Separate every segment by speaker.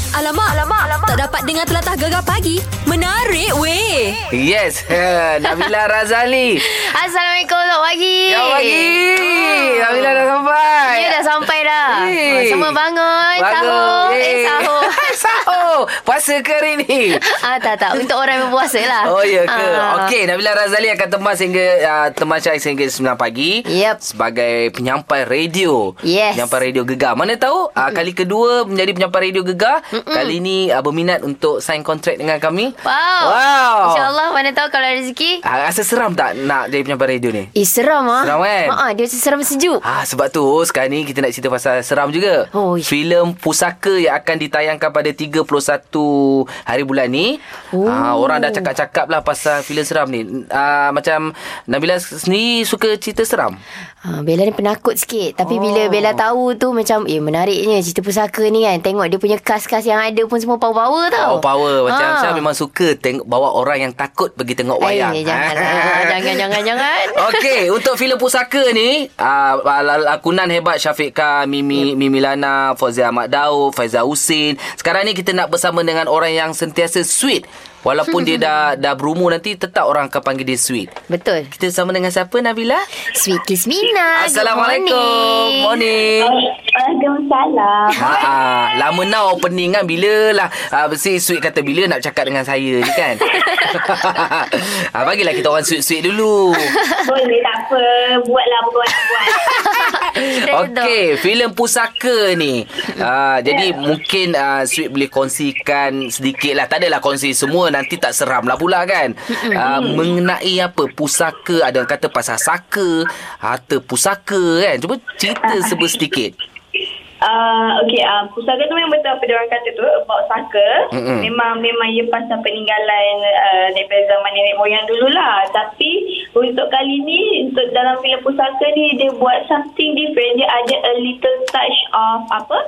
Speaker 1: Alamak, alamak, alamak. Tak dapat dengar telatah gegar pagi. Menarik weh.
Speaker 2: Yes, Nabila Razali.
Speaker 3: Assalamualaikum Selamat pagi Hmm.
Speaker 2: Selamat pagi. Nabila dah sampai.
Speaker 3: Ya dah sampai dah
Speaker 2: Yeay.
Speaker 3: hey. Semua bangun Sahur Eh
Speaker 2: Yeay.
Speaker 3: sahur
Speaker 2: sahur. Puasa ke hari ni?
Speaker 3: Ah tak tak Untuk orang yang berpuasa lah
Speaker 2: Oh ya ke?
Speaker 3: Ah.
Speaker 2: Okey, Nabila Razali akan temas hingga uh, temas Syah sehingga 9 pagi
Speaker 3: Yep.
Speaker 2: sebagai penyampai radio.
Speaker 3: Yes.
Speaker 2: Penyampai radio gegar. Mana tahu uh, kali kedua menjadi penyampai radio gegar, Mm-mm. kali ni uh, berminat untuk sign kontrak dengan kami.
Speaker 3: Wow
Speaker 2: Wow.
Speaker 3: InsyaAllah mana tahu kalau rezeki
Speaker 2: Ah, rasa seram tak nak jadi penyampai radio ni?
Speaker 3: Eh seram ah
Speaker 2: Seram, kan?
Speaker 3: ah, Dia macam seram sejuk
Speaker 2: Ah sebab tu sekarang ni kita nak cerita pasal seram juga.
Speaker 3: Oi.
Speaker 2: Filem Pusaka yang akan ditayangkan pada 31 hari bulan ni.
Speaker 3: Oh.
Speaker 2: Ah orang dah cakap-cakap lah pasal filem seram ni. Ah macam Nabila sendiri suka cerita seram.
Speaker 3: Ha, Bella ni penakut sikit Tapi oh. bila Bella tahu tu Macam eh menariknya Cerita pusaka ni kan Tengok dia punya kas-kas yang ada pun Semua power-power
Speaker 2: Oh
Speaker 3: tau
Speaker 2: power macam
Speaker 3: Ah.
Speaker 2: saya memang suka tengok bawa orang yang takut pergi tengok wayang.
Speaker 3: Eh, jangan, lah. jangan, jangan, jangan.
Speaker 2: Okey, untuk filem pusaka ni, uh, lakonan hebat Syafiq Khan,
Speaker 3: Ya.
Speaker 2: Mimi Mimi Lana, Fauzia Ahmad Daud, Faizal Husin. Sekarang ni kita nak bersama dengan orang yang sentiasa sweet. Walaupun dia dah dah berumur nanti tetap orang akan panggil dia sweet.
Speaker 3: Betul.
Speaker 2: Kita bersama dengan siapa Nabila?
Speaker 3: Sweet Kismina. Ah, Good
Speaker 2: Assalamualaikum. Morning.
Speaker 4: Waalaikumsalam.
Speaker 2: Ha, ha, lama now opening kan Bila lah ha, Besi sweet kata Bila nak cakap dengan saya ni kan ha, Bagilah kita orang sweet-sweet dulu
Speaker 4: Boleh tak apa. Buatlah apa kau nak buat.
Speaker 3: Kita duduk.
Speaker 2: Okey, filem Pusaka ni. Uh, jadi mungkin uh, Sweet boleh kongsikan sedikit lah. Tak adalah kongsi semua nanti tak seram lah pula kan. Uh, mengenai apa pusaka ada orang kata pasal saka, harta pusaka kan. Cuba cerita sebut sedikit.
Speaker 4: Uh, okay, uh, pusaka tu memang betul apa dia orang kata tu about saka.
Speaker 2: Mm-mm.
Speaker 4: Memang memang ia pasal peninggalan uh, daripada zaman nenek moyang dululah. Tapi untuk kali ni untuk dalam filem pusaka ni dia buat something different. Dia ada a little touch of apa?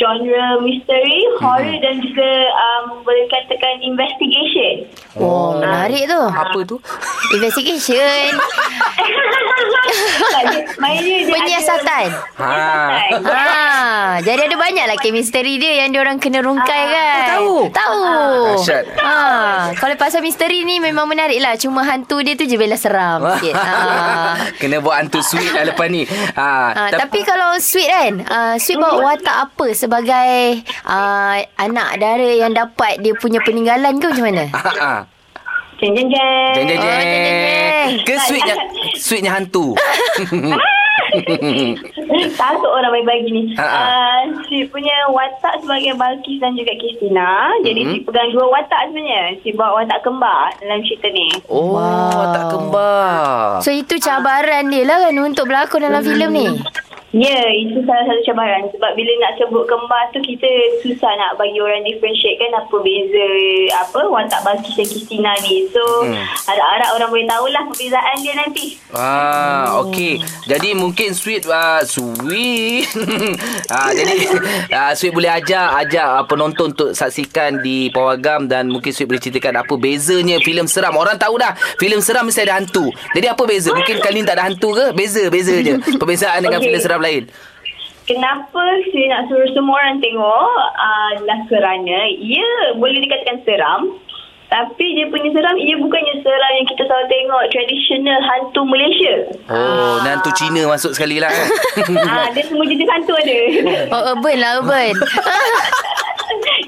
Speaker 4: genre misteri, horror dan juga um, boleh katakan investigation.
Speaker 3: Oh, menarik tu.
Speaker 2: Apa tu?
Speaker 3: Investigation.
Speaker 4: Tak, dia- Maknanya dia ada-
Speaker 3: Penyiasatan.
Speaker 2: Ha.
Speaker 4: Penyiasatan.
Speaker 3: Ha, jadi ada banyak lah kek misteri dia yang diorang kena rungkai kan.
Speaker 2: Ah, tahu? Ah,
Speaker 3: Tahu.
Speaker 2: Dahsyat.
Speaker 3: Ha, kalau pasal misteri ni memang menarik lah. Cuma hantu dia tu je bela seram
Speaker 2: Ah.
Speaker 3: sikit. Ha.
Speaker 2: Kena buat hantu sweet lah lepas ni. Ha,
Speaker 3: Ha,
Speaker 2: tap-
Speaker 3: tapi kalau Sweet kan uh, Sweet bawa watak apa Sebagai uh, Anak dara yang dapat Dia punya peninggalan ke macam mana?
Speaker 2: Ha, ha.
Speaker 4: Jeng jeng jeng.
Speaker 2: Jeng jeng
Speaker 3: Oh, jeng, jeng,
Speaker 2: jeng.
Speaker 3: jeng.
Speaker 2: Ke sweetnya sweetnya hantu.
Speaker 4: Takut orang baik-baik ni.
Speaker 2: Ha, ha.
Speaker 4: Uh, si punya watak sebagai Balkis dan juga Kristina. Jadi
Speaker 2: Mhm.
Speaker 4: si pegang dua watak sebenarnya. Si bawa watak kembar dalam cerita ni.
Speaker 2: Oh,
Speaker 3: Wow.
Speaker 2: tak kembar.
Speaker 3: So itu cabaran dia lah kan Untuk berlakon dalam filem ni
Speaker 2: Hmm.
Speaker 4: Ya, yeah, itu salah satu cabaran. Sebab bila nak sebut kembar tu, kita susah nak bagi orang differentiate kan apa beza apa watak Balkis dan Kristina ni. So,
Speaker 2: Mhm.
Speaker 4: harap-harap orang boleh tahulah perbezaan dia nanti.
Speaker 2: Ah, okey. Jadi mungkin sweet uh, sweet. ah, jadi uh, sweet boleh ajak ajak uh, penonton untuk saksikan di Pawagam dan mungkin sweet boleh ceritakan apa bezanya filem seram. Orang tahu dah, filem seram mesti ada hantu. Jadi apa beza? Mungkin kali ni tak ada hantu ke? Beza, beza je. Perbezaan dengan
Speaker 4: Okey.
Speaker 2: filem seram lain.
Speaker 4: Kenapa saya nak suruh semua orang tengok adalah kerana ia boleh dikatakan seram tapi dia punya seram ia bukannya seram yang kita selalu tengok tradisional hantu Malaysia.
Speaker 2: Oh, dan hantu Cina masuk sekali lah.
Speaker 3: eh.
Speaker 2: kan?
Speaker 4: ah, dia semua jenis hantu ada.
Speaker 3: Oh urban lah urban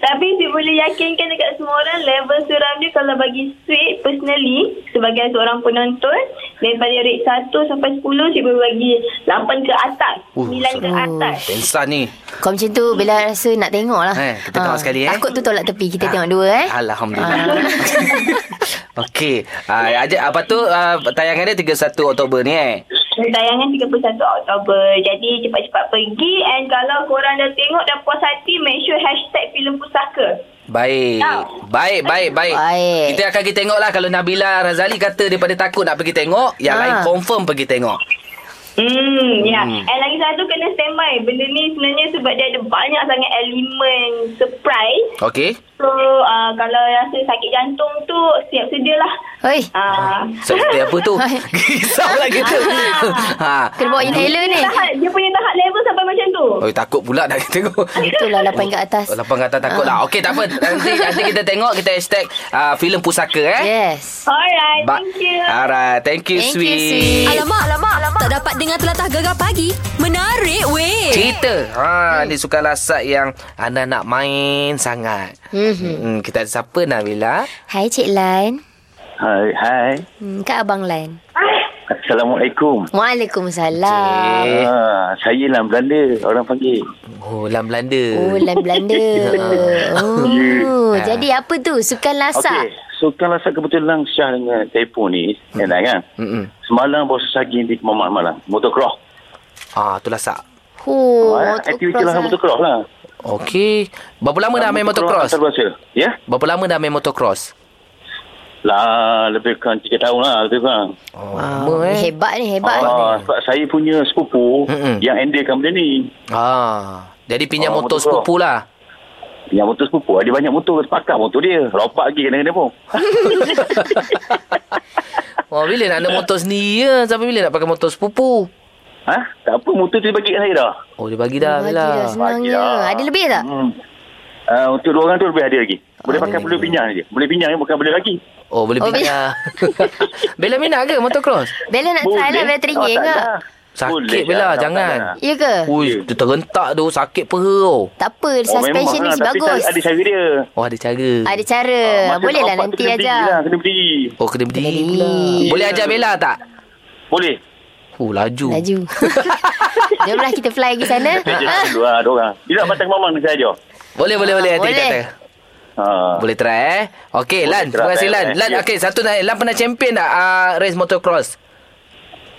Speaker 4: tapi saya boleh yakinkan dekat semua orang level seram dia kalau bagi sweet personally sebagai seorang penonton daripada rate 1 sampai 10 saya boleh bagi 8 ke atas,
Speaker 2: Uh,
Speaker 4: 9 ke atas.
Speaker 2: Pensan ni.
Speaker 3: Kalau macam tu Bella rasa nak tengok lah
Speaker 2: Eh, kita tengok sekali, eh.
Speaker 3: Takut tu tolak tepi Kita
Speaker 2: Ah.
Speaker 3: tengok dua eh
Speaker 2: Alhamdulillah. Okey. Ah, ajak apa tu ah, tayangan dia 31 Oktober ni eh.
Speaker 4: Tayangan 31 Oktober. Jadi cepat-cepat pergi and kalau korang dah tengok dah puas hati make sure hashtag filem pusaka.
Speaker 2: Baik. Baik, baik, baik.
Speaker 3: Baik.
Speaker 2: Kita akan pergi tengok lah kalau Nabila Razali kata daripada takut nak pergi tengok, yang
Speaker 3: Ha.
Speaker 2: lain confirm pergi tengok.
Speaker 4: Hmm, ya.
Speaker 2: Hmm.
Speaker 4: And lagi satu kena standby. Benda ni sebenarnya sebab dia ada banyak sangat elemen surprise.
Speaker 2: Okey.
Speaker 4: So uh, kalau rasa sakit jantung tu siap sedia lah.
Speaker 3: Hoi
Speaker 4: Uh,
Speaker 2: So, kita apa tu? Risau lah kita. Ah. ha.
Speaker 3: Kena bawa inhaler ni
Speaker 4: tahap, dia punya tahap level sampai macam tu.
Speaker 5: tu.
Speaker 2: Oh, takut pula nak tengok.
Speaker 3: Betul lah lapan kat atas.
Speaker 2: Oh, lapang kata takut lah. Okey, tak apa. Nanti, nanti kita tengok, kita hashtag uh, filem pusaka eh.
Speaker 3: Yes.
Speaker 5: Alright,
Speaker 2: Ba- ah.
Speaker 5: thank you.
Speaker 2: Alright, thank you,
Speaker 3: Thank you,
Speaker 2: sweet.
Speaker 3: Sweet.
Speaker 1: Alamak, alamak, alamak. Tak dapat dengar telatah gegar pagi. Menarik weh.
Speaker 2: Cerita ha, Ni sukan lasak yang Anda nak main sangat hmm. Kita ada siapa Nabila
Speaker 3: Mhm. Hai Cik Lan.
Speaker 6: Hai, hai.
Speaker 3: Hmm, Kak Abang Lan.
Speaker 4: Ah.
Speaker 6: Assalamualaikum.
Speaker 3: Waalaikumsalam.
Speaker 2: Eh.
Speaker 6: Ah, saya Lam Belanda, orang panggil.
Speaker 2: Oh Lam Belanda
Speaker 3: Oh, Lan Belanda. Oh,
Speaker 2: Ah.
Speaker 3: jadi apa tu? Sukan lasak.
Speaker 6: Okey, sukan lasak kebetulan Syah dengan Tepo ni, hmm. enak kan?
Speaker 2: Mm-mm.
Speaker 6: Semalam bos Syagi di Kemamat malam, motocross.
Speaker 2: Ah tu lasak
Speaker 3: Oh,
Speaker 6: Ah,
Speaker 3: motocross
Speaker 6: aktiviti lah motocross lah.
Speaker 2: Okey Berapa lama dah main motocross?
Speaker 6: Terbahasa. Ya?
Speaker 2: Berapa lama dah main motocross?
Speaker 6: Lah, lebih kurang 3 tahun lah, lebih kurang.
Speaker 2: Oh,
Speaker 3: Wow,
Speaker 2: lama,
Speaker 3: ni hebat ni, hebat ni.
Speaker 6: Ah, sebab saya punya sepupu
Speaker 2: Mm-mm.
Speaker 6: yang handlekan benda ni.
Speaker 2: Ah, jadi pinjam
Speaker 6: Oh,
Speaker 2: motor
Speaker 6: motocross.
Speaker 2: sepupu lah.
Speaker 6: Yang motor sepupu, dia banyak motor, sepakat motor dia. Ropak lagi kena-kena pun.
Speaker 2: Wah, Oh, bila nak ada motor sendiri ya? Sampai bila nak pakai motor sepupu?
Speaker 6: ha? Tak apa, motor tu dia bagi kat saya dah.
Speaker 2: Oh, dia bagi dah,
Speaker 3: Bagi
Speaker 2: Bila.
Speaker 3: dah senangnya.
Speaker 6: Bahagia.
Speaker 3: Ada lebih tak?
Speaker 6: Hmm. Uh, untuk dua orang tu lebih ada lagi. Boleh pakai boleh pinjam je. Boleh pinjam je bukan boleh lagi.
Speaker 2: Oh, boleh
Speaker 3: Oh,
Speaker 2: pinjam. Bela minat ke motocross?
Speaker 3: Bella nak try lah, Bella teringin
Speaker 6: Oh, tak
Speaker 3: ke?
Speaker 6: ada.
Speaker 2: Sakit
Speaker 6: Boleh
Speaker 2: Bella,
Speaker 6: lah,
Speaker 2: jangan.
Speaker 6: tak ada.
Speaker 3: Ya ke?
Speaker 2: Ui, dia terentak tu, sakit peha tu.
Speaker 3: Tak apa,
Speaker 6: memang
Speaker 3: suspension ni
Speaker 6: lah, tapi
Speaker 3: bagus.
Speaker 6: tak ada cara dia.
Speaker 2: Oh, ada cara.
Speaker 3: Ada cara.
Speaker 6: Ah, masa
Speaker 3: Boleh
Speaker 6: nak
Speaker 3: lah
Speaker 6: opak tu
Speaker 3: nanti
Speaker 6: kena berdiri Lah,
Speaker 3: aja.
Speaker 6: kena berdiri.
Speaker 2: Oh, kena berdiri
Speaker 3: Berdiri.
Speaker 2: pula. Boleh ajar Bella tak?
Speaker 6: Boleh.
Speaker 2: Oh, laju.
Speaker 3: Laju. Jomlah lah kita fly pergi sana. Ah,
Speaker 6: Saya je dulu lah, ada orang. Dia nak batang mamang saya Ah, ajar.
Speaker 2: Boleh, boleh, boleh. Nanti kita
Speaker 3: Boleh.
Speaker 2: try.
Speaker 6: Ha.
Speaker 2: Boleh try eh. Okey,
Speaker 6: Boleh
Speaker 2: Lan.
Speaker 6: try,
Speaker 2: Terima kasih,
Speaker 6: eh,
Speaker 2: Lan.
Speaker 6: eh.
Speaker 2: Lan,
Speaker 6: Ya.
Speaker 2: okey. Satu, Lan. Lan pernah champion tak uh, race motocross?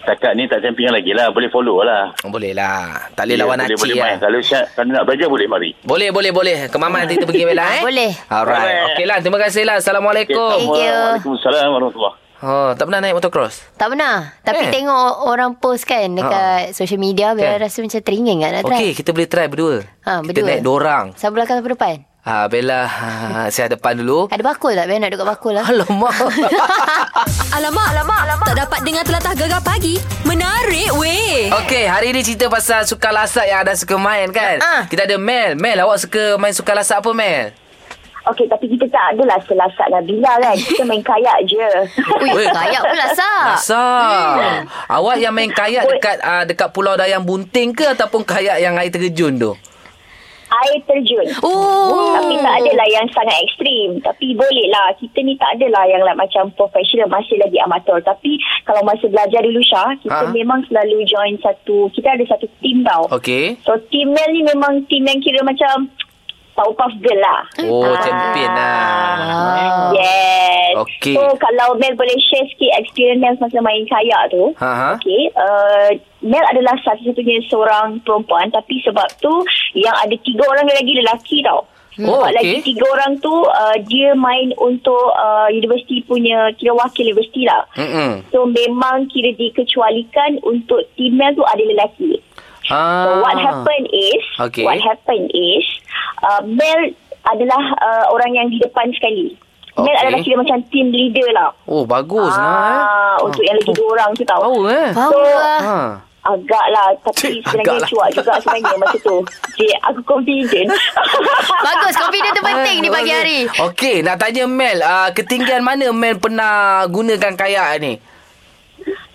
Speaker 6: Setakat ni tak champion lagi lah. Boleh follow lah.
Speaker 2: Boleh lah. Tak boleh lawan
Speaker 6: Ya, boleh,
Speaker 2: Acik
Speaker 6: boleh
Speaker 2: lah.
Speaker 6: main. Kalau Syah, kalau nak belajar boleh mari.
Speaker 2: Boleh, boleh, boleh. Kemaman nanti kita pergi Bella eh.
Speaker 3: Boleh.
Speaker 2: Alright.
Speaker 6: Boleh.
Speaker 2: Okey lah. Terima kasih lah. Assalamualaikum.
Speaker 3: Thank you.
Speaker 6: Waalaikumsalam warahmatullahi
Speaker 2: Oh, tak pernah naik motocross?
Speaker 3: Tak pernah.
Speaker 2: Eh.
Speaker 3: Tapi tengok orang post kan dekat social media, Bella
Speaker 2: Kan?
Speaker 3: rasa macam teringin kan nak try.
Speaker 2: Okey, kita boleh try berdua.
Speaker 3: Ha,
Speaker 2: kita
Speaker 3: berdua.
Speaker 2: naik dua orang.
Speaker 3: Salah belakang atau depan?
Speaker 2: Ha, Bella, ha, saya depan dulu.
Speaker 3: Ada bakul tak? Bella nak duduk kat bakul lah.
Speaker 2: Alamak.
Speaker 1: Alamak, alamak, alamak. Tak dapat dengar telatah gegar pagi. Menarik weh.
Speaker 2: Okey, hari ni cerita pasal sukan lasak yang anda suka main kan?
Speaker 3: Ha.
Speaker 4: Ah.
Speaker 2: Kita ada Mel. Mel, awak suka main sukan lasak apa, Mel?
Speaker 4: Okey, tapi kita tak adalah selasak Nabila kan. Kita main kayak je.
Speaker 3: Ui,
Speaker 2: Weh.
Speaker 3: kayak pula Hmm. sah.
Speaker 2: Lasak.
Speaker 4: Hmm.
Speaker 2: Awak yang main kayak dekat uh, dekat Pulau Dayang Bunting ke ataupun kayak yang air terjun tu?
Speaker 4: Air terjun.
Speaker 3: Oh.
Speaker 4: Tapi tak adalah yang sangat ekstrim. Tapi boleh lah. Kita ni tak adalah yang like, macam profesional. Masih lagi amator. Tapi kalau masa belajar dulu Syah,
Speaker 2: Ha.
Speaker 4: kita memang selalu join satu. Kita ada satu team tau.
Speaker 2: Okey.
Speaker 4: So team Mel ni memang team yang kira macam Powerpuff Girl lah.
Speaker 2: Oh,
Speaker 4: Ah.
Speaker 2: champion lah.
Speaker 3: Wow.
Speaker 4: Yes.
Speaker 2: Okey.
Speaker 4: So kalau Mel boleh share sikit experience Mel masa main kayak tu.
Speaker 2: Ha ha.
Speaker 4: Okey, uh, Mel adalah satu-satunya seorang perempuan tapi sebab tu yang ada tiga orang lagi lelaki tau.
Speaker 2: Oh,
Speaker 4: sebab
Speaker 2: okey.
Speaker 4: lagi tiga orang tu uh, dia main untuk uh, universiti punya kira wakil universiti lah.
Speaker 2: Mm-mm.
Speaker 4: So memang kira dikecualikan untuk team Mel tu ada lelaki.
Speaker 2: Ah.
Speaker 4: So what happened is
Speaker 2: Okey.
Speaker 4: what happened is uh, Mel adalah uh, orang yang di depan sekali. Mel
Speaker 2: Okey.
Speaker 4: adalah kira macam team leader lah.
Speaker 2: Oh, bagus lah eh.
Speaker 4: Ah, untuk yang lagi dua Ah. orang tu tau.
Speaker 2: Power eh.
Speaker 3: Power lah.
Speaker 2: Ha.
Speaker 4: Agak lah Tapi
Speaker 2: Cik,
Speaker 4: sebenarnya
Speaker 2: agak lah.
Speaker 4: cuak juga sebenarnya masa tu Cik aku confident
Speaker 3: Bagus, confident tu penting ni pagi hari.
Speaker 2: Okey, nak tanya Mel, uh, ketinggian mana Mel pernah gunakan kayak ni?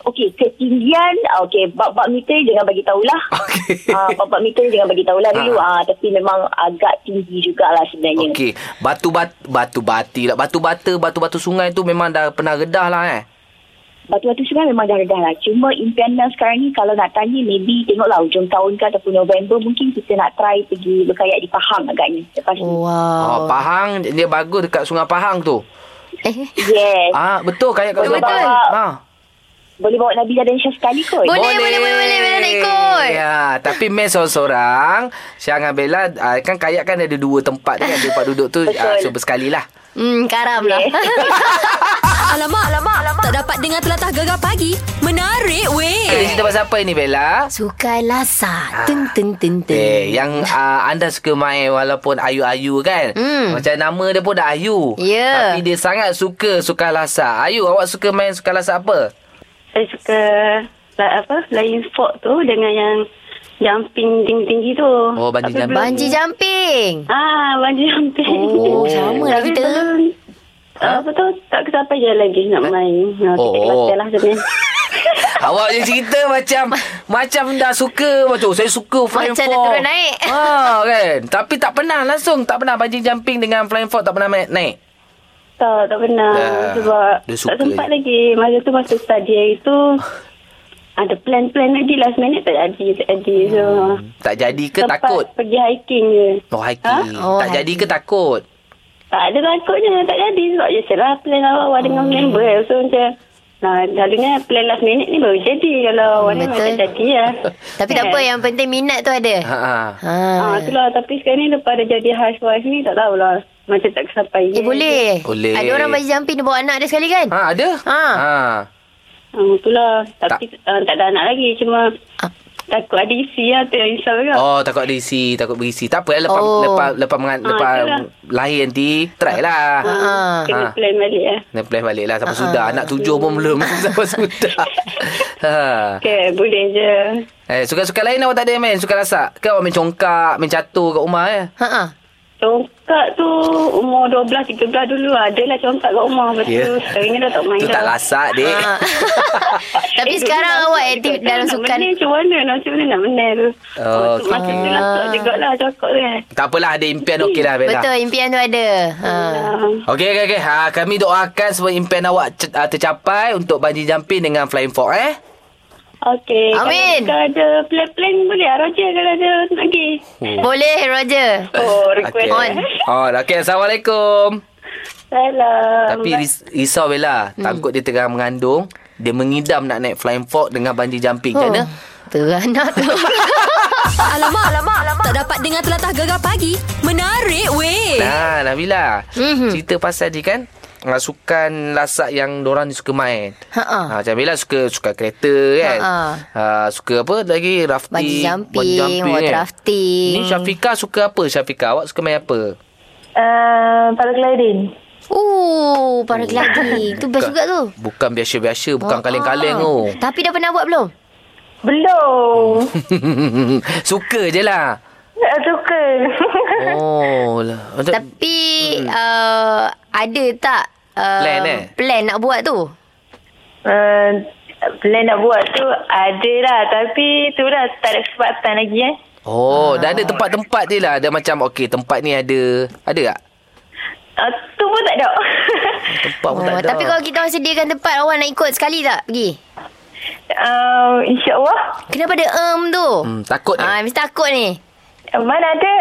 Speaker 4: Okey ketinggian Okey bab-bab meter jangan bagi tahulah
Speaker 2: Okey.
Speaker 4: Ah, Bab-bab meter jangan bagi tahulah dulu
Speaker 2: Ah.
Speaker 4: ah, Tapi memang agak tinggi jugalah sebenarnya
Speaker 2: Okey, batu bat batu bati lah. Batu bata, batu-batu sungai tu memang dah pernah redah lah eh.
Speaker 4: Batu-batu sungai memang dah redah lah Cuma impian Mel sekarang ni Kalau nak tanya Maybe tengoklah hujung tahun ke Ataupun November Mungkin kita nak try pergi Berkayak di Pahang agaknya Lepas ni
Speaker 2: Oh,
Speaker 3: Wow.
Speaker 2: Pahang dia bagus dekat Sungai Pahang tu.
Speaker 3: Eh,
Speaker 4: Yes
Speaker 2: Ah, betul kayak kat Sungai
Speaker 4: Betul.
Speaker 2: Pahang. Ha.
Speaker 4: Boleh bawa Nabila dan Syah sekali kot
Speaker 3: Boleh. boleh, boleh, Bella nak ikut.
Speaker 2: Ya, tapi Mel seorang-seorang, Syah dengan Bella, ah, kan kayak kan ada dua tempat kan. Tempat duduk tu,
Speaker 4: Betul.
Speaker 2: ah, so bersekali lah.
Speaker 3: hmm, karam lah.
Speaker 1: Alamak, alamak, alamak. Tak dapat dengar telatah gegar pagi. Menarik
Speaker 2: Kita
Speaker 3: Eh.
Speaker 1: weh.
Speaker 2: cerita pasal apa ni Bella?
Speaker 3: Suka lasak. Ten, ten, ten, ten.
Speaker 2: Eh, yang uh, anda suka main walaupun ayu-ayu kan.
Speaker 3: Hmm.
Speaker 2: Macam nama dia pun dah ayu.
Speaker 3: Ya.
Speaker 2: Tapi dia sangat suka sukan lasak. Ayu, awak suka main sukan lasak apa?
Speaker 7: saya suka la, apa flying fox tu dengan yang
Speaker 5: Jumping tinggi-tinggi tu.
Speaker 2: Oh, bungee
Speaker 5: Tapi
Speaker 2: jumping.
Speaker 5: belum-
Speaker 3: Bungee jumping.
Speaker 5: Ah, bungee jumping.
Speaker 3: Oh, sama lah
Speaker 5: Tapi
Speaker 3: kita.
Speaker 5: belum- Ah, Apa tu? Tak kesampai je lagi nak main. Ha,
Speaker 2: Oh.
Speaker 5: kita kelas lah sebenarnya.
Speaker 2: Awak je cerita macam Macam dah suka Macam oh, saya suka flying
Speaker 3: Macam dah
Speaker 2: fox
Speaker 3: turun naik.
Speaker 2: ha, kan Tapi tak pernah langsung Tak pernah bungee jumping Dengan flying fox Tak pernah naik, naik.
Speaker 5: Tak, tak pernah.
Speaker 2: Dah.
Speaker 5: Sebab
Speaker 2: Dia suka
Speaker 5: tak sempat
Speaker 2: je.
Speaker 5: lagi. Masa tu masa study itu, ada plan-plan lagi last minute tak jadi. Tak jadi. So,
Speaker 2: Tak jadi Hmm. ke
Speaker 5: sempat
Speaker 2: takut
Speaker 5: pergi hiking je.
Speaker 2: Oh hiking
Speaker 3: Ha? Oh,
Speaker 2: Tak jadi ke takut
Speaker 5: Tak ada takutnya tak jadi sebab je celah plan awal dengan member so macam Nah, selalunya plan last minute ni baru jadi kalau awal ni
Speaker 3: betul.
Speaker 5: macam jadi lah.
Speaker 3: Tapi tak apa yang penting minat tu
Speaker 2: ha,
Speaker 3: ada.
Speaker 2: ha.
Speaker 3: Ha.
Speaker 5: Ah, tu lah. Tapi sekarang ni lepas dah jadi housewife ni tak tahulah. Macam tak kesampai.
Speaker 3: Eh boleh.
Speaker 2: Boleh.
Speaker 3: Ada orang bungee jumping dia bawa anak dia sekali kan?
Speaker 2: ha ada
Speaker 3: Ha.
Speaker 5: Ah, tu lah. Tapi tak. Uh, tak ada anak lagi. Cuma
Speaker 3: Ah.
Speaker 5: takut ada isi lah tu yang risau juga.
Speaker 2: Oh takut ada isi Takut berisi Tak apa eh, lepas,
Speaker 3: Oh.
Speaker 2: lepas Lepas, mengan,
Speaker 5: Ha,
Speaker 2: lepas
Speaker 5: itulah.
Speaker 2: lahir nanti Try lah
Speaker 3: Ha.
Speaker 5: Kena
Speaker 2: Ah.
Speaker 5: plan balik lah.
Speaker 2: Then play balik lah Sampai sudah Anak tujuh pun belum Sampai sudah ha.
Speaker 5: Okay, boleh je.
Speaker 2: Eh, suka-suka lain awak tak ada main Suka rasak Ke awak main congkak Main catur kat rumah eh
Speaker 3: Ha ah.
Speaker 5: Congkak tu umur 12, 13 dulu lah. Adalah congkak kat rumah. Lepas
Speaker 2: Ya.
Speaker 5: yeah. tu sekarang ni dah tak main Ah.
Speaker 2: Itu
Speaker 5: dah.
Speaker 2: tak lah. lasak dek
Speaker 3: Ha. Tapi
Speaker 5: Eh,
Speaker 3: sekarang
Speaker 5: dulu
Speaker 3: awak
Speaker 5: nak
Speaker 3: aktif
Speaker 5: cakap,
Speaker 3: dalam
Speaker 5: nak
Speaker 3: sukan.
Speaker 5: menang Macam mana nak macam mana nak menang tu.
Speaker 2: Oh,
Speaker 5: tu Macam
Speaker 2: okey.
Speaker 5: tu lah tak jugalah cakap tu kan.
Speaker 2: Tak apalah ada impian okey lah Bella
Speaker 3: Betul impian tu ada. Ha.
Speaker 5: Ah,
Speaker 2: Okey okey okey ha, Kami doakan semua impian awak ce- ah, tercapai Untuk bungee jumping dengan flying fox eh
Speaker 5: Okey.
Speaker 3: Amin.
Speaker 5: Kalau ada plan-plan boleh lah Roger kalau ada nak pergi.
Speaker 2: Hmm.
Speaker 3: Boleh Roger.
Speaker 2: Eh,
Speaker 5: Oh, request.
Speaker 2: okay.
Speaker 5: Okay.
Speaker 2: On Okey Assalamualaikum
Speaker 5: Salam.
Speaker 2: Tapi ris- risau Bella hmm. Takut dia tengah mengandung Dia mengidam nak naik flying fox Dengan bungee jumping kan Macam
Speaker 3: Oh.
Speaker 2: mana
Speaker 3: Teranak tu.
Speaker 1: Alamak, alamak, alamak. Tak dapat dengar telatah gegar pagi. Menarik, weh.
Speaker 2: Nah Nabila
Speaker 3: Mhm.
Speaker 2: Cerita pasal ni kan ah, Sukan lasak yang Diorang ni suka main
Speaker 3: Ha ah.
Speaker 2: Ha, macam Bella suka suka kereta kan. Ha,
Speaker 3: Ha,
Speaker 2: suka apa lagi rafting, kan?
Speaker 3: Bungee jumping, water rafting.
Speaker 2: Ni Syafika suka apa? Syafika awak suka main apa?
Speaker 5: Uh, paragliding.
Speaker 3: Oh, paragliding. Tu best juga tu.
Speaker 2: Hmm. Bukan biasa-biasa, bukan
Speaker 3: Ha,
Speaker 2: kaleng-kaleng
Speaker 3: ah.
Speaker 2: oh.
Speaker 3: Tapi dah pernah buat belum?
Speaker 5: Belum.
Speaker 2: suka je lah.
Speaker 5: Tak suka.
Speaker 2: Oh, lah. Macam,
Speaker 3: Tapi uh, ada tak
Speaker 2: Hmm.
Speaker 3: uh,
Speaker 2: Plan, eh?
Speaker 3: plan nak buat tu?
Speaker 5: uh, plan nak buat tu ada lah. Tapi tu lah tak ada kesempatan lagi eh.
Speaker 3: Ah.
Speaker 2: oh, dah ada tempat-tempat dia lah. Ada macam okey, tempat ni ada. Ada tak?
Speaker 5: Uh, tu pun tak ada.
Speaker 2: Tempat pun tak ada.
Speaker 3: Oh, tapi kalau kita orang sediakan tempat awak nak ikut sekali tak pergi?
Speaker 5: uh, InsyaAllah.
Speaker 3: Kenapa ada um tu?
Speaker 2: hmm, takut ni.
Speaker 3: Ah, mesti takut ni.
Speaker 5: Mana ada.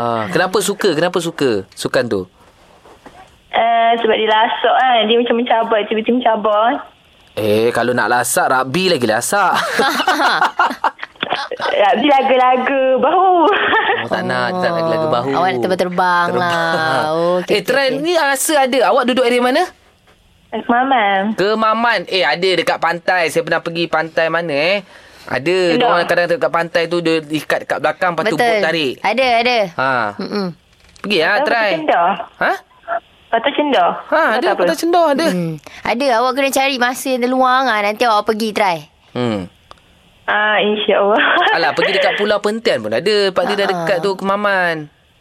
Speaker 2: Ah, kenapa suka? Kenapa suka sukan tu?
Speaker 5: Uh, sebab dia lasak kan. Dia macam mencabar. Tiba-tiba mencabar.
Speaker 2: Eh, kalau nak lasak, rugby lagi lasak.
Speaker 5: Uh, dia laga-laga. Bahu.
Speaker 2: Oh, tak nak, tak nak lagu bahu.
Speaker 3: Oh. Awak nak terbang-terbang lah. Okey,
Speaker 2: eh,
Speaker 3: okey,
Speaker 2: trend
Speaker 3: okey.
Speaker 2: ni rasa ada. Awak duduk area mana?
Speaker 5: Mamam.
Speaker 2: Kemaman. Eh, ada dekat pantai. Saya pernah pergi pantai mana eh. Ada.
Speaker 5: Kedah.
Speaker 2: Orang kadang dekat pantai tu, dia ikat dekat belakang, lepas tu
Speaker 3: Betul.
Speaker 2: bot tarik.
Speaker 3: Ada, ada.
Speaker 2: Ha.
Speaker 3: Mm-mm.
Speaker 2: Pergi lah,
Speaker 5: Tahu
Speaker 2: try.
Speaker 5: Patah cendah.
Speaker 2: Ha?
Speaker 5: Patah cendah.
Speaker 2: Ha, ada. Kota cendah ada.
Speaker 3: Hmm. Ada, awak kena cari masa yang terluang ah nanti awak pergi try.
Speaker 2: Hmm.
Speaker 5: Ah, insyaAllah.
Speaker 2: Alah, pergi dekat Pulau Pentian pun ada. Pak dia dah
Speaker 3: Ha.
Speaker 2: dekat tu, Kemaman.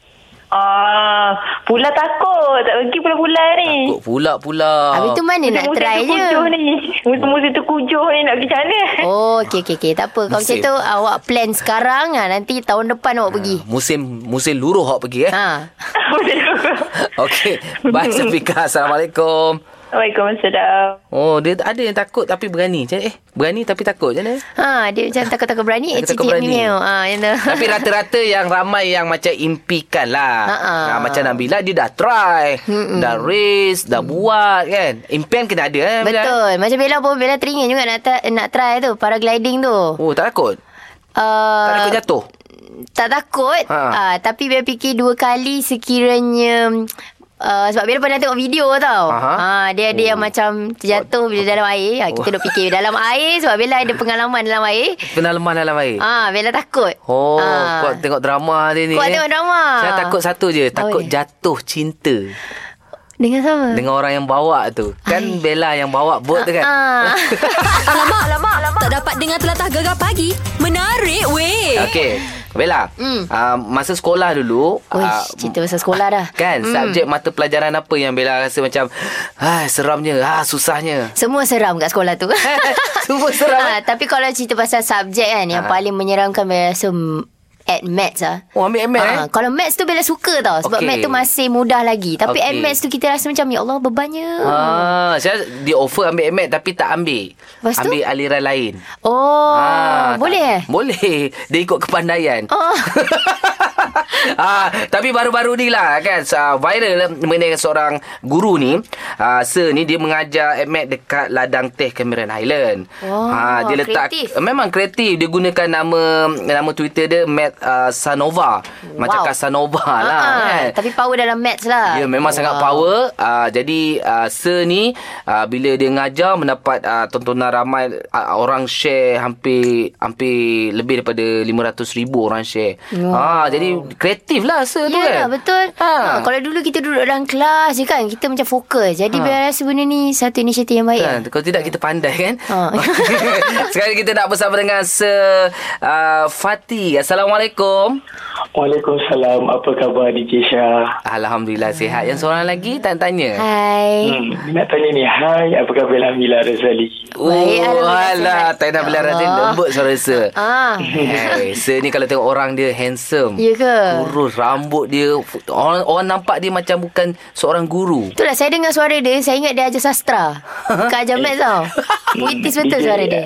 Speaker 5: Ah, pula takut. Tak pergi pula-pula ni.
Speaker 2: Kok pula-pula.
Speaker 3: Habis tu mana nak
Speaker 5: Musim-musim
Speaker 3: try
Speaker 5: tu
Speaker 3: je?
Speaker 5: kujuh ni. eh? Musim-musim tu kujuh ni nak pergi sana.
Speaker 3: Oh, okey okey okey. Tak apa. Kalau macam
Speaker 2: Nasib.
Speaker 3: tu awak plan sekarang ah nanti tahun depan awak pergi.
Speaker 2: Musim musim luruh awak pergi eh.
Speaker 3: Ha. Oh.
Speaker 2: Okey. Bye Syafiqah. Assalamualaikum.
Speaker 5: Waalaikumsalam.
Speaker 2: Oh, dia ada yang takut tapi berani. Macam eh, berani tapi takut macam mana?
Speaker 3: Ha, dia macam takut-takut berani eh
Speaker 2: Takut-takut berani.
Speaker 3: cicit miau. Ha, yang tu.
Speaker 2: Tapi rata-rata yang ramai yang macam impikan lah.
Speaker 3: Ha-ha.
Speaker 2: Ha, macam Nabila dia dah try, Mm-mm. dah race, dah buat kan. Impian kena ada eh. Nabila?
Speaker 3: Betul. Macam Bella pun Bella teringin juga nak tra- nak try tu paragliding tu.
Speaker 2: Oh, tak takut.
Speaker 3: Uh,
Speaker 2: Tak takut jatuh.
Speaker 3: Tak takut.
Speaker 2: Ha.
Speaker 3: Ha. Uh, tapi Bella fikir dua kali sekiranya Uh, sebab Bella pernah tengok video
Speaker 2: Aha.
Speaker 3: tau
Speaker 2: Oh.
Speaker 3: ha, Dia ada yang macam Terjatuh bila dalam air ha, Kita duk fikir Dalam air Sebab Bella ada pengalaman dalam air
Speaker 2: Pernah lemah dalam air.
Speaker 3: ha, Bella takut
Speaker 2: Oh, kau
Speaker 3: Ah.
Speaker 2: tengok drama dia ni.
Speaker 3: Kuat
Speaker 2: eh.
Speaker 3: tengok drama.
Speaker 2: Saya takut satu je, takut
Speaker 3: Oi.
Speaker 2: jatuh cinta.
Speaker 3: Dengan sama.
Speaker 2: Dengan orang yang bawa tu Kan
Speaker 3: Ah. Ai.
Speaker 2: Bella yang bawa bot tu kan
Speaker 3: Ah.
Speaker 1: Alamak, alamak, alamak. Tak dapat dengar telatah gegar pagi. Menarik, weh.
Speaker 2: Okay Bella
Speaker 3: Mm.
Speaker 2: uh, Masa sekolah dulu
Speaker 3: Oi,
Speaker 2: ah,
Speaker 3: cerita pasal sekolah dah.
Speaker 2: Kan
Speaker 3: Mm.
Speaker 2: Subjek mata pelajaran apa Yang Bella rasa macam ah, Seramnya ah, Susahnya
Speaker 3: Semua seram kat sekolah tu.
Speaker 2: Semua seram, eh?
Speaker 3: Ah, tapi kalau cerita pasal subjek kan,
Speaker 2: Ah.
Speaker 3: yang paling menyeramkan Bella rasa mm, at maths ah.
Speaker 2: Oh ambil ML eh
Speaker 3: Ah, Kalau maths tu Bella suka tau Sebab
Speaker 2: Okey.
Speaker 3: maths tu masih mudah lagi Tapi at
Speaker 2: Okey.
Speaker 3: maths tu kita rasa macam Ya Allah bebannya
Speaker 2: Ah, saya dia offer ambil MAT tapi tak ambil.
Speaker 3: Lepas tu?
Speaker 2: ambil aliran lain.
Speaker 3: Oh
Speaker 2: Ah,
Speaker 3: Boleh
Speaker 2: tak,
Speaker 3: eh
Speaker 2: Boleh. Dia ikut kepandaian.
Speaker 3: Oh.
Speaker 2: ah, tapi baru-baru ni lah kan ah, viral mengenai seorang guru ni ah, Sir ni dia mengajar admit dekat ladang teh Cameron Highland Ah,
Speaker 3: Oh,
Speaker 2: dia letak
Speaker 3: kreatif.
Speaker 2: memang kreatif dia gunakan nama nama Twitter dia Matt ah, Sanova macam
Speaker 3: Wow.
Speaker 2: Casanova
Speaker 3: Ah,
Speaker 2: lah
Speaker 3: ah.
Speaker 2: kan
Speaker 3: Tapi power dalam maths lah
Speaker 2: Ya memang sangat power uh, Jadi uh, Sir ni uh, Bila dia ngajar Mendapat uh, tontonan ramai uh, Orang share Hampir Hampir Lebih daripada 500 ribu orang share
Speaker 3: Wow.
Speaker 2: Ah, Jadi kreatif lah Sir tu kan
Speaker 3: Yalah Ya, betul
Speaker 2: ha.
Speaker 3: ha. Kalau dulu kita duduk dalam kelas je kan Kita macam fokus Jadi
Speaker 2: Ah.
Speaker 3: ha. Bella rasa benda ni Satu inisiatif yang baik
Speaker 2: Ha, kalau tidak kita pandai kan
Speaker 3: Ah.
Speaker 2: Sekarang kita nak bersama dengan Sir uh, Fatih Assalamualaikum
Speaker 7: Waalaikumsalam. Apa khabar DJ Syah?
Speaker 2: Alhamdulillah sihat Yang seorang lagi tak tanya
Speaker 3: Ah. Hai
Speaker 7: Hmm, nak tanya ni. Hai, apa khabar Alhamdulillah Razali?
Speaker 3: Baik, Alhamdulillah,
Speaker 2: Oh, alah,
Speaker 3: sihat.
Speaker 2: tak nak
Speaker 3: Ya
Speaker 2: belah rasa
Speaker 3: Allah.
Speaker 2: lembut suara Sir.
Speaker 3: Ah.
Speaker 2: Hey, Sir ni kalau tengok orang dia handsome.
Speaker 3: Ya ke?
Speaker 2: Kurus rambut dia. Orang orang nampak dia macam bukan seorang guru.
Speaker 3: Itulah saya dengar suara dia Saya ingat dia ajar sastra Bukan ajar maths tau Puitis betul
Speaker 7: DJ,
Speaker 3: suara dia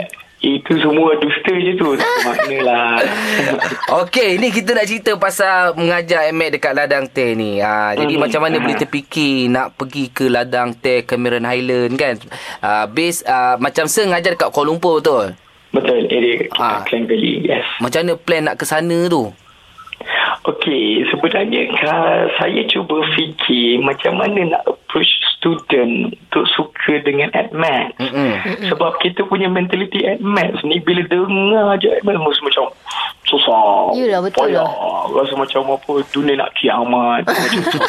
Speaker 7: Eh, Itu semua dusta je tu. Tak bermakna lah.
Speaker 2: Okey, ni kita nak cerita pasal mengajar emek dekat ladang teh ni. Ha, jadi
Speaker 7: Hmm.
Speaker 2: macam mana boleh terfikir nak pergi ke ladang teh Cameron Highland kan? Ha, base ha, macam Sir ngajar dekat Kuala Lumpur betul.
Speaker 7: Betul, area
Speaker 2: Ah.
Speaker 7: ah. Klang Valley. Yes.
Speaker 2: Macam mana plan nak ke sana tu?
Speaker 7: Okey, sebenarnya ka- saya cuba fikir macam mana nak approach student untuk suka dengan AdMath.
Speaker 2: Mm-mm.
Speaker 7: Sebab kita punya mentality AdMath ni bila dengar je AdMath mesti macam susah.
Speaker 3: Yelah, betul lah.
Speaker 7: payah. Oh, Rasa macam apa dunia nak kiamat. macam tu.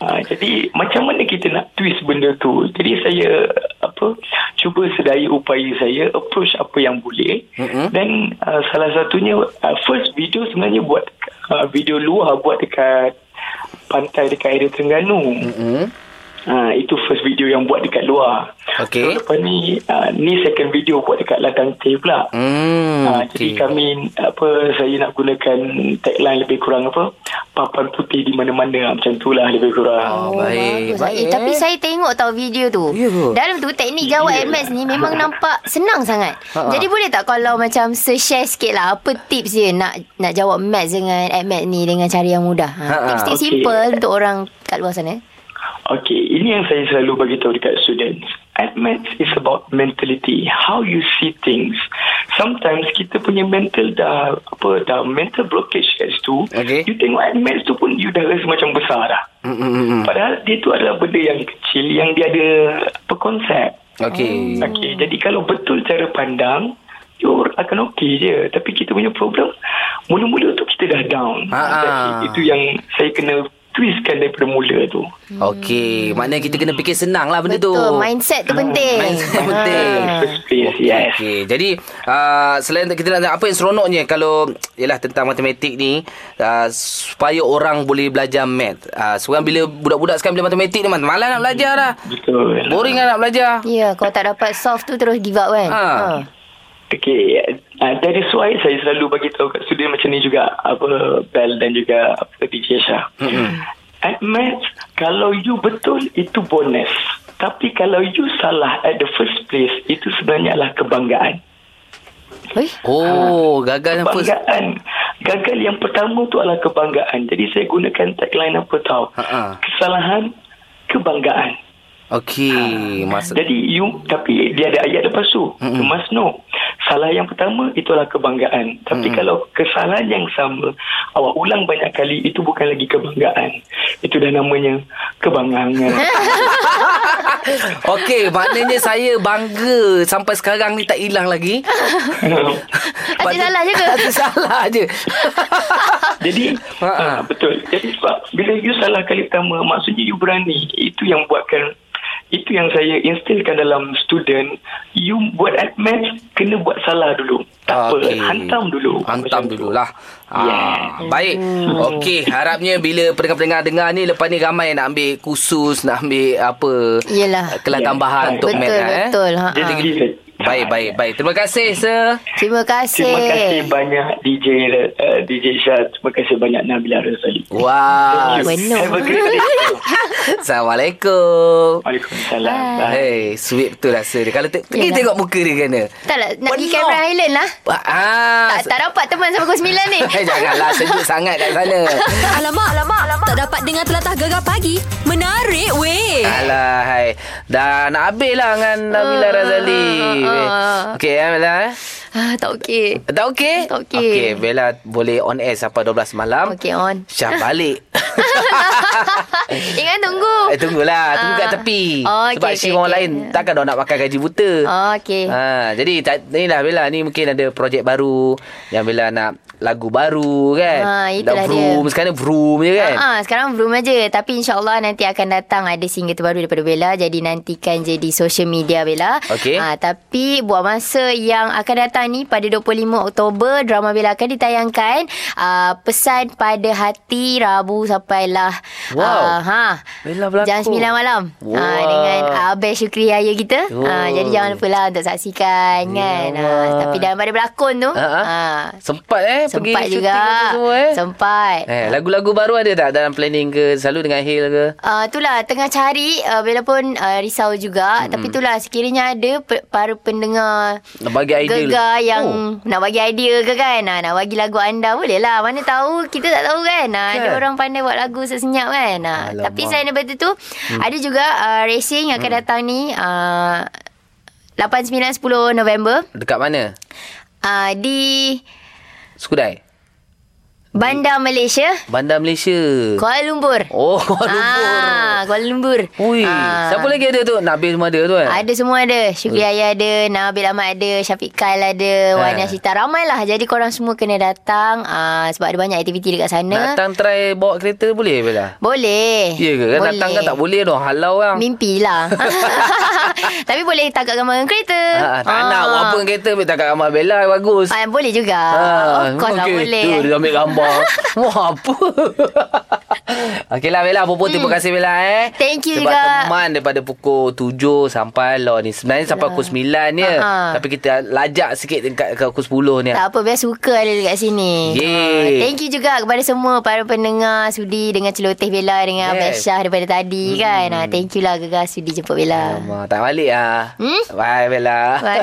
Speaker 7: ha, jadi macam mana kita nak twist benda tu? Jadi saya apa cuba sedaya upaya saya approach apa yang boleh
Speaker 2: Mm-mm.
Speaker 7: dan uh, salah satunya uh, first video sebenarnya buat uh, video luar buat dekat pantai dekat area Terengganu.
Speaker 2: Mm-mm.
Speaker 3: Hmm?
Speaker 7: Ha, itu first video yang buat dekat luar.
Speaker 2: Okey.
Speaker 7: So, lepas ni uh, ni second video buat dekat Ladang Teh pula.
Speaker 2: Hmm.
Speaker 7: Ha, Jadi
Speaker 2: okey.
Speaker 7: kami apa saya nak gunakan tagline lebih kurang apa papan putih di mana-mana Ah, macam itulah lebih kurang.
Speaker 2: Oh, baik.
Speaker 3: bagus.
Speaker 2: baik.
Speaker 3: Eh, tapi saya tengok tau video tu.
Speaker 2: Ya Ha, ke?
Speaker 3: Dalam tu teknik jawab yeah. MS ni memang nampak senang sangat.
Speaker 2: Ha-ha.
Speaker 3: Jadi boleh tak kalau macam share sikit lah apa tips dia nak nak jawab maths dengan admat ni dengan cara yang mudah. Ha,
Speaker 2: Ha-ha.
Speaker 3: tips-tips
Speaker 7: Okey.
Speaker 3: simple untuk orang kat luar sana. eh.
Speaker 7: Okey, ini yang saya selalu bagi tahu dekat students. Admits is about mentality, how you see things. Sometimes kita punya mental dah apa dah mental blockage kat situ.
Speaker 2: Okey.
Speaker 7: You tengok admits tu pun you dah rasa macam besar dah.
Speaker 2: Hmm, Mm-mm.
Speaker 7: Padahal dia tu adalah benda yang kecil yang dia ada apa konsep.
Speaker 2: Okey.
Speaker 7: Okey, jadi kalau betul cara pandang, you akan okey je. Tapi kita punya problem, mula-mula tu kita dah down.
Speaker 2: Ha, ha.
Speaker 7: Jadi, Itu yang saya kena twistkan daripada mula tu.
Speaker 2: Okey, maknanya kita kena fikir senang lah benda tu.
Speaker 3: Oh. Betul, mindset tu
Speaker 2: Ha,
Speaker 3: penting. Ha.
Speaker 2: Mindset penting.
Speaker 7: First place, yes.
Speaker 2: Okey, jadi uh, selain tu kita nak apa yang seronoknya kalau ialah tentang matematik ni uh, supaya orang boleh belajar math. Uh, sekarang bila budak-budak sekarang bila matematik ni man- malas nak belajar dah.
Speaker 7: Betul.
Speaker 2: Boring lah nak belajar.
Speaker 3: Ya, kalau tak dapat solve tu terus give up kan.
Speaker 2: Ha.
Speaker 7: Okay, uh, that is why saya selalu bagi tahu kat student macam ni juga apa Bell dan juga apa DJ Shah.
Speaker 2: Hmm.
Speaker 7: Mm-hmm. At maths, kalau you betul itu bonus. Tapi kalau you salah at the first place, itu sebenarnya adalah kebanggaan.
Speaker 3: Eh,
Speaker 2: Oh, gagal yang first.
Speaker 7: Kebanggaan. Gagal yang pertama tu adalah kebanggaan. Jadi saya gunakan tagline apa tahu?
Speaker 2: Ha-ha.
Speaker 7: Kesalahan, kebanggaan.
Speaker 2: Okey, masa
Speaker 7: Jadi you tapi dia ada ayat lepas tu. Mm-hmm. You must know. Salah yang pertama itulah kebanggaan. Tapi mm-hmm. kalau kesalahan yang sama awak ulang banyak kali itu bukan lagi kebanggaan. Itu dah namanya kebanggaan.
Speaker 2: Okey, maknanya saya bangga sampai sekarang ni tak hilang lagi.
Speaker 3: Asyik salah je ke?
Speaker 2: Asyik salah je.
Speaker 7: Jadi
Speaker 2: Ha-ha.
Speaker 7: ha, betul. Jadi sebab bila you salah kali pertama maksudnya you berani. Itu yang buatkan itu yang saya instilkan dalam student you buat at match kena buat salah dulu. Tak okay.
Speaker 2: Okey.
Speaker 7: apa, hantam dulu.
Speaker 2: Hantam
Speaker 7: Macam tu.
Speaker 2: dululah. Ah,
Speaker 7: Yeah.
Speaker 2: baik.
Speaker 3: Hmm.
Speaker 2: Okey, harapnya bila pendengar-pendengar dengar ni lepas ni ramai yang nak ambil kursus, nak ambil apa
Speaker 3: Yelah.
Speaker 2: kelas
Speaker 7: Yeah.
Speaker 2: tambahan
Speaker 7: Baik.
Speaker 2: untuk
Speaker 3: Betul,
Speaker 2: Matt lah, eh.
Speaker 3: betul. Ha,
Speaker 7: Dia
Speaker 3: ha.
Speaker 7: degil saya.
Speaker 2: Baik, baik, baik. Terima kasih, sir.
Speaker 3: Terima kasih.
Speaker 7: Ah, Terima kasih banyak DJ uh, DJ Syah. Terima kasih banyak Nabila Rosali.
Speaker 2: Wah.
Speaker 3: Thank you.
Speaker 7: Have a great day.
Speaker 2: Assalamualaikum.
Speaker 7: Waalaikumsalam. Bye.
Speaker 2: Hey, sweet betul rasa dia. Kalau te- pergi
Speaker 3: Yelah.
Speaker 2: tengok muka dia kena.
Speaker 3: Tak lah, nak pergi
Speaker 2: Penuh.
Speaker 3: Cameron Highland lah.
Speaker 2: Ah,
Speaker 3: Tak, tak dapat teman sampai pukul 9 ni.
Speaker 2: Eh, janganlah sejuk sangat kat sana.
Speaker 1: Alamak, alamak, alamak. Tak dapat dengar telatah gegar pagi. Menarik weh.
Speaker 2: Alah, hai. Dah nak habis lah dengan Nabila
Speaker 3: Ah,
Speaker 2: Razali.
Speaker 3: ah, ah.
Speaker 2: Okey, eh, Bella. eh?
Speaker 3: Ah, tak okey.
Speaker 2: Tak okey?
Speaker 3: Tak okey.
Speaker 2: Okey, Bella boleh on air sampai 12 malam.
Speaker 3: Okey, on.
Speaker 2: Syah balik.
Speaker 3: Ingat tunggu.
Speaker 2: eh, tunggulah. Tunggu kat
Speaker 3: Ah.
Speaker 2: tepi.
Speaker 3: Oh, okey,
Speaker 2: Sebab
Speaker 3: okey,
Speaker 2: okay, orang
Speaker 3: okey.
Speaker 2: lain takkan dia nak makan gaji buta.
Speaker 3: Oh, okey.
Speaker 2: Ha, jadi tak, ni lah Bella ni mungkin ada projek baru yang Bella nak lagu baru kan.
Speaker 3: Ha, itulah
Speaker 2: Dah vroom
Speaker 3: dia.
Speaker 2: sekarang vroom je kan.
Speaker 3: Ah, ah, sekarang belum aja tapi insyaallah nanti akan datang ada single terbaru daripada Bella jadi nantikan je di social media Bella.
Speaker 2: Okey.
Speaker 3: Ah, tapi buat masa yang akan datang ni pada 25 Oktober drama Bella akan ditayangkan ah, pesan pada hati Rabu sampailah
Speaker 2: Wow.
Speaker 3: ah, ha.
Speaker 2: Bella berlakon.
Speaker 3: Jam 9 malam.
Speaker 2: Wow.
Speaker 3: Ah, dengan ah, Abel Syukri Raya kita.
Speaker 2: Oh.
Speaker 3: Ah, jadi jangan lupalah untuk saksikan kan. Ah,
Speaker 2: Ya Allah.
Speaker 3: tapi dalam pada berlakon tu.
Speaker 2: Ha, ha.
Speaker 3: ah,
Speaker 2: Sempat eh pergi
Speaker 3: sempat
Speaker 2: syuting
Speaker 3: juga.
Speaker 2: apa semua, eh?
Speaker 3: Sempat.
Speaker 2: Eh, lagu-lagu baru ada tak dalam planning ke? Selalu dengan Hil ke?
Speaker 3: Uh, itulah tengah cari uh, Bella pun uh, risau juga mm-hmm. tapi itulah sekiranya ada pe- para pendengar
Speaker 2: Nak bagi idea.
Speaker 3: gegar
Speaker 2: dulu. Oh.
Speaker 3: yang nak bagi idea ke kan ha, nak bagi lagu anda boleh lah mana tahu kita tak tahu kan ha, ada
Speaker 2: Kan?
Speaker 3: orang pandai buat lagu sesenyap kan ha,
Speaker 2: Alamak. Hmm.
Speaker 3: tapi selain daripada tu hmm. ada juga uh, racing yang akan datang ni uh, 8 9 10 November
Speaker 2: Oh, dekat mana?
Speaker 3: uh, di
Speaker 2: Skudai?
Speaker 3: bandar Malaysia
Speaker 2: Bandar Malaysia.
Speaker 3: Kuala Lumpur
Speaker 2: oh, Kuala Lumpur.
Speaker 3: Ah, Kuala Lumpur
Speaker 2: Ui,
Speaker 3: Ah.
Speaker 2: siapa lagi ada tu? Nabil semua ada Hmm. tu kan?
Speaker 3: Ada semua ada Syukri Ayah ada Nabil Ahmad ada Syafiq Kyle ada
Speaker 2: Ha.
Speaker 3: Wania Sita Ramai lah Jadi korang semua kena datang uh, Sebab ada banyak aktiviti dekat
Speaker 2: Nak
Speaker 3: sana
Speaker 2: datang try bawa kereta boleh Bella?
Speaker 3: Boleh
Speaker 2: Ya ke? Kan datang kan tak boleh tu. Halau kan.
Speaker 3: Mimpi lah Tapi boleh tangkap gambar dengan kereta
Speaker 2: Ha, tak nak buat apa dengan kereta Ambil tak kat gambar Bella lah, Bagus
Speaker 3: Ah, Boleh juga Of course lah
Speaker 2: okey,
Speaker 3: boleh
Speaker 2: Tu dia ambil gambar Wah apa Okeylah Bella lah. Apa-apa terima kasih Bella eh
Speaker 3: Hmm. Thank you
Speaker 2: Sebab
Speaker 3: juga.
Speaker 2: teman daripada pukul 7 Sampai lah ni Sebenarnya sampai pukul 9
Speaker 3: Ah.
Speaker 2: ya
Speaker 3: Ha-ha.
Speaker 2: Tapi kita lajak sikit Dekat ke pukul 10 ni
Speaker 3: Tak apa Biar suka ada dekat sini
Speaker 2: Yeay.
Speaker 3: Ah, Thank you juga kepada semua Para pendengar Sudi dengan celoteh Bella Dengan
Speaker 2: Yeah.
Speaker 3: yeah. Abang Syah daripada tadi kan Ah, Thank you lah Gegar Sudi jemput Bella
Speaker 2: Hmm. Alamak, Tak balik lah
Speaker 3: Hmm?
Speaker 2: Bye lah. Bella
Speaker 3: Bye